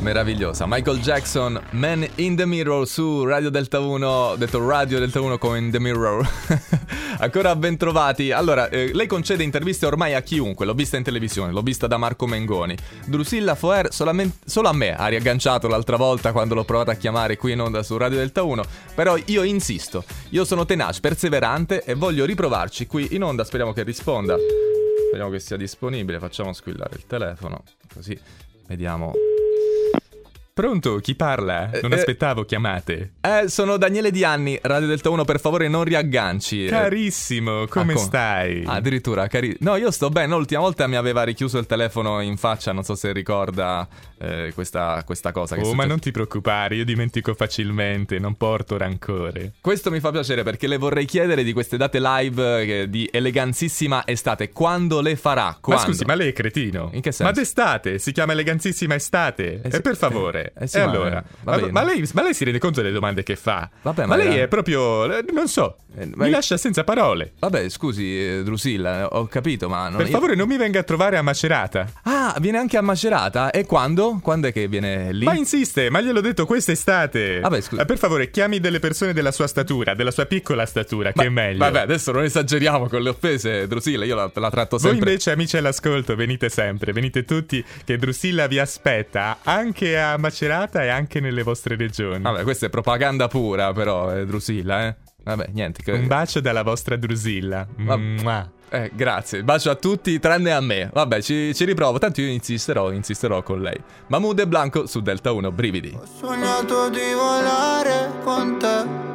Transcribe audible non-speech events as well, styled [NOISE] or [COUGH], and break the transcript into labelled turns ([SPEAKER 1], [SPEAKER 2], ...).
[SPEAKER 1] Meravigliosa, Michael Jackson, Man in the Mirror su Radio Delta 1, ho detto Radio Delta 1 come in the Mirror. [LAUGHS] Ancora ben trovati. Allora, eh, lei concede interviste ormai a chiunque, l'ho vista in televisione, l'ho vista da Marco Mengoni. Drusilla Foer solamente, solo a me ha riagganciato l'altra volta quando l'ho provata a chiamare qui in onda su Radio Delta 1, però io insisto, io sono tenace, perseverante e voglio riprovarci qui in onda, speriamo che risponda. Speriamo che sia disponibile, facciamo squillare il telefono, così vediamo.
[SPEAKER 2] Pronto, chi parla? Non
[SPEAKER 1] Eh, eh.
[SPEAKER 2] aspettavo chiamate.
[SPEAKER 1] Eh, sono Daniele Dianni, Radio Delta 1, per favore non riagganci. Eh,
[SPEAKER 2] Carissimo, come
[SPEAKER 1] ah, co-
[SPEAKER 2] stai?
[SPEAKER 1] ah, addirittura, cari... No, io sto bene, l'ultima volta mi aveva richiuso il telefono in faccia, non so se ricorda eh, questa, questa cosa che è
[SPEAKER 2] oh, ma
[SPEAKER 1] successa.
[SPEAKER 2] non ti preoccupare, io dimentico facilmente, non porto rancore.
[SPEAKER 1] Questo mi fa piacere perché le vorrei chiedere di queste date live eh, di eleganzissima estate, quando le farà? Quando?
[SPEAKER 2] Ma scusi, ma lei è cretino?
[SPEAKER 1] In che senso?
[SPEAKER 2] Ma d'estate, si chiama eleganzissima estate.
[SPEAKER 1] Eh
[SPEAKER 2] E
[SPEAKER 1] sì,
[SPEAKER 2] per favore.
[SPEAKER 1] eh, eh sì,
[SPEAKER 2] e
[SPEAKER 1] ma-
[SPEAKER 2] allora?
[SPEAKER 1] va
[SPEAKER 2] Ma,
[SPEAKER 1] bene.
[SPEAKER 2] ma lei, ma lei si rende conto delle domande che fa?
[SPEAKER 1] Vabbè, ma
[SPEAKER 2] ma lei
[SPEAKER 1] era-
[SPEAKER 2] è proprio... eh, Non so,
[SPEAKER 1] Eh, ma-
[SPEAKER 2] mi lascia senza parole.
[SPEAKER 1] Vabbè, scusi, eh, Drusilla, ho capito, ma... non-
[SPEAKER 2] Per
[SPEAKER 1] io-
[SPEAKER 2] favore non mi venga a trovare a Macerata.
[SPEAKER 1] Ah, viene anche a Macerata? E quando? Quando è che viene lì?
[SPEAKER 2] Ma insiste, ma gliel'ho detto quest'estate.
[SPEAKER 1] Vabbè, scusa.
[SPEAKER 2] Eh, Per favore, chiami delle persone della sua statura, della sua piccola statura, che è meglio.
[SPEAKER 1] Vabbè, adesso non esageriamo con le offese, Drusilla, io la, la tratto
[SPEAKER 2] Voi
[SPEAKER 1] sempre...
[SPEAKER 2] invece, amici all'ascolto, venite sempre, venite tutti, che Drusilla vi aspetta anche a Macerata e anche nelle vostre regioni.
[SPEAKER 1] Vabbè, questa è propaganda pura, però, eh, Drusilla, eh. Vabbè, niente. Che...
[SPEAKER 2] Un bacio dalla vostra Drusilla.
[SPEAKER 1] Va-
[SPEAKER 2] Mua.
[SPEAKER 1] Eh, grazie. Bacio a tutti, tranne a me. Vabbè, ci, ci riprovo. Tanto io insisterò, insisterò con lei. Mahmood e Blanco su Delta 1, brividi.
[SPEAKER 3] Ho sognato di volare con te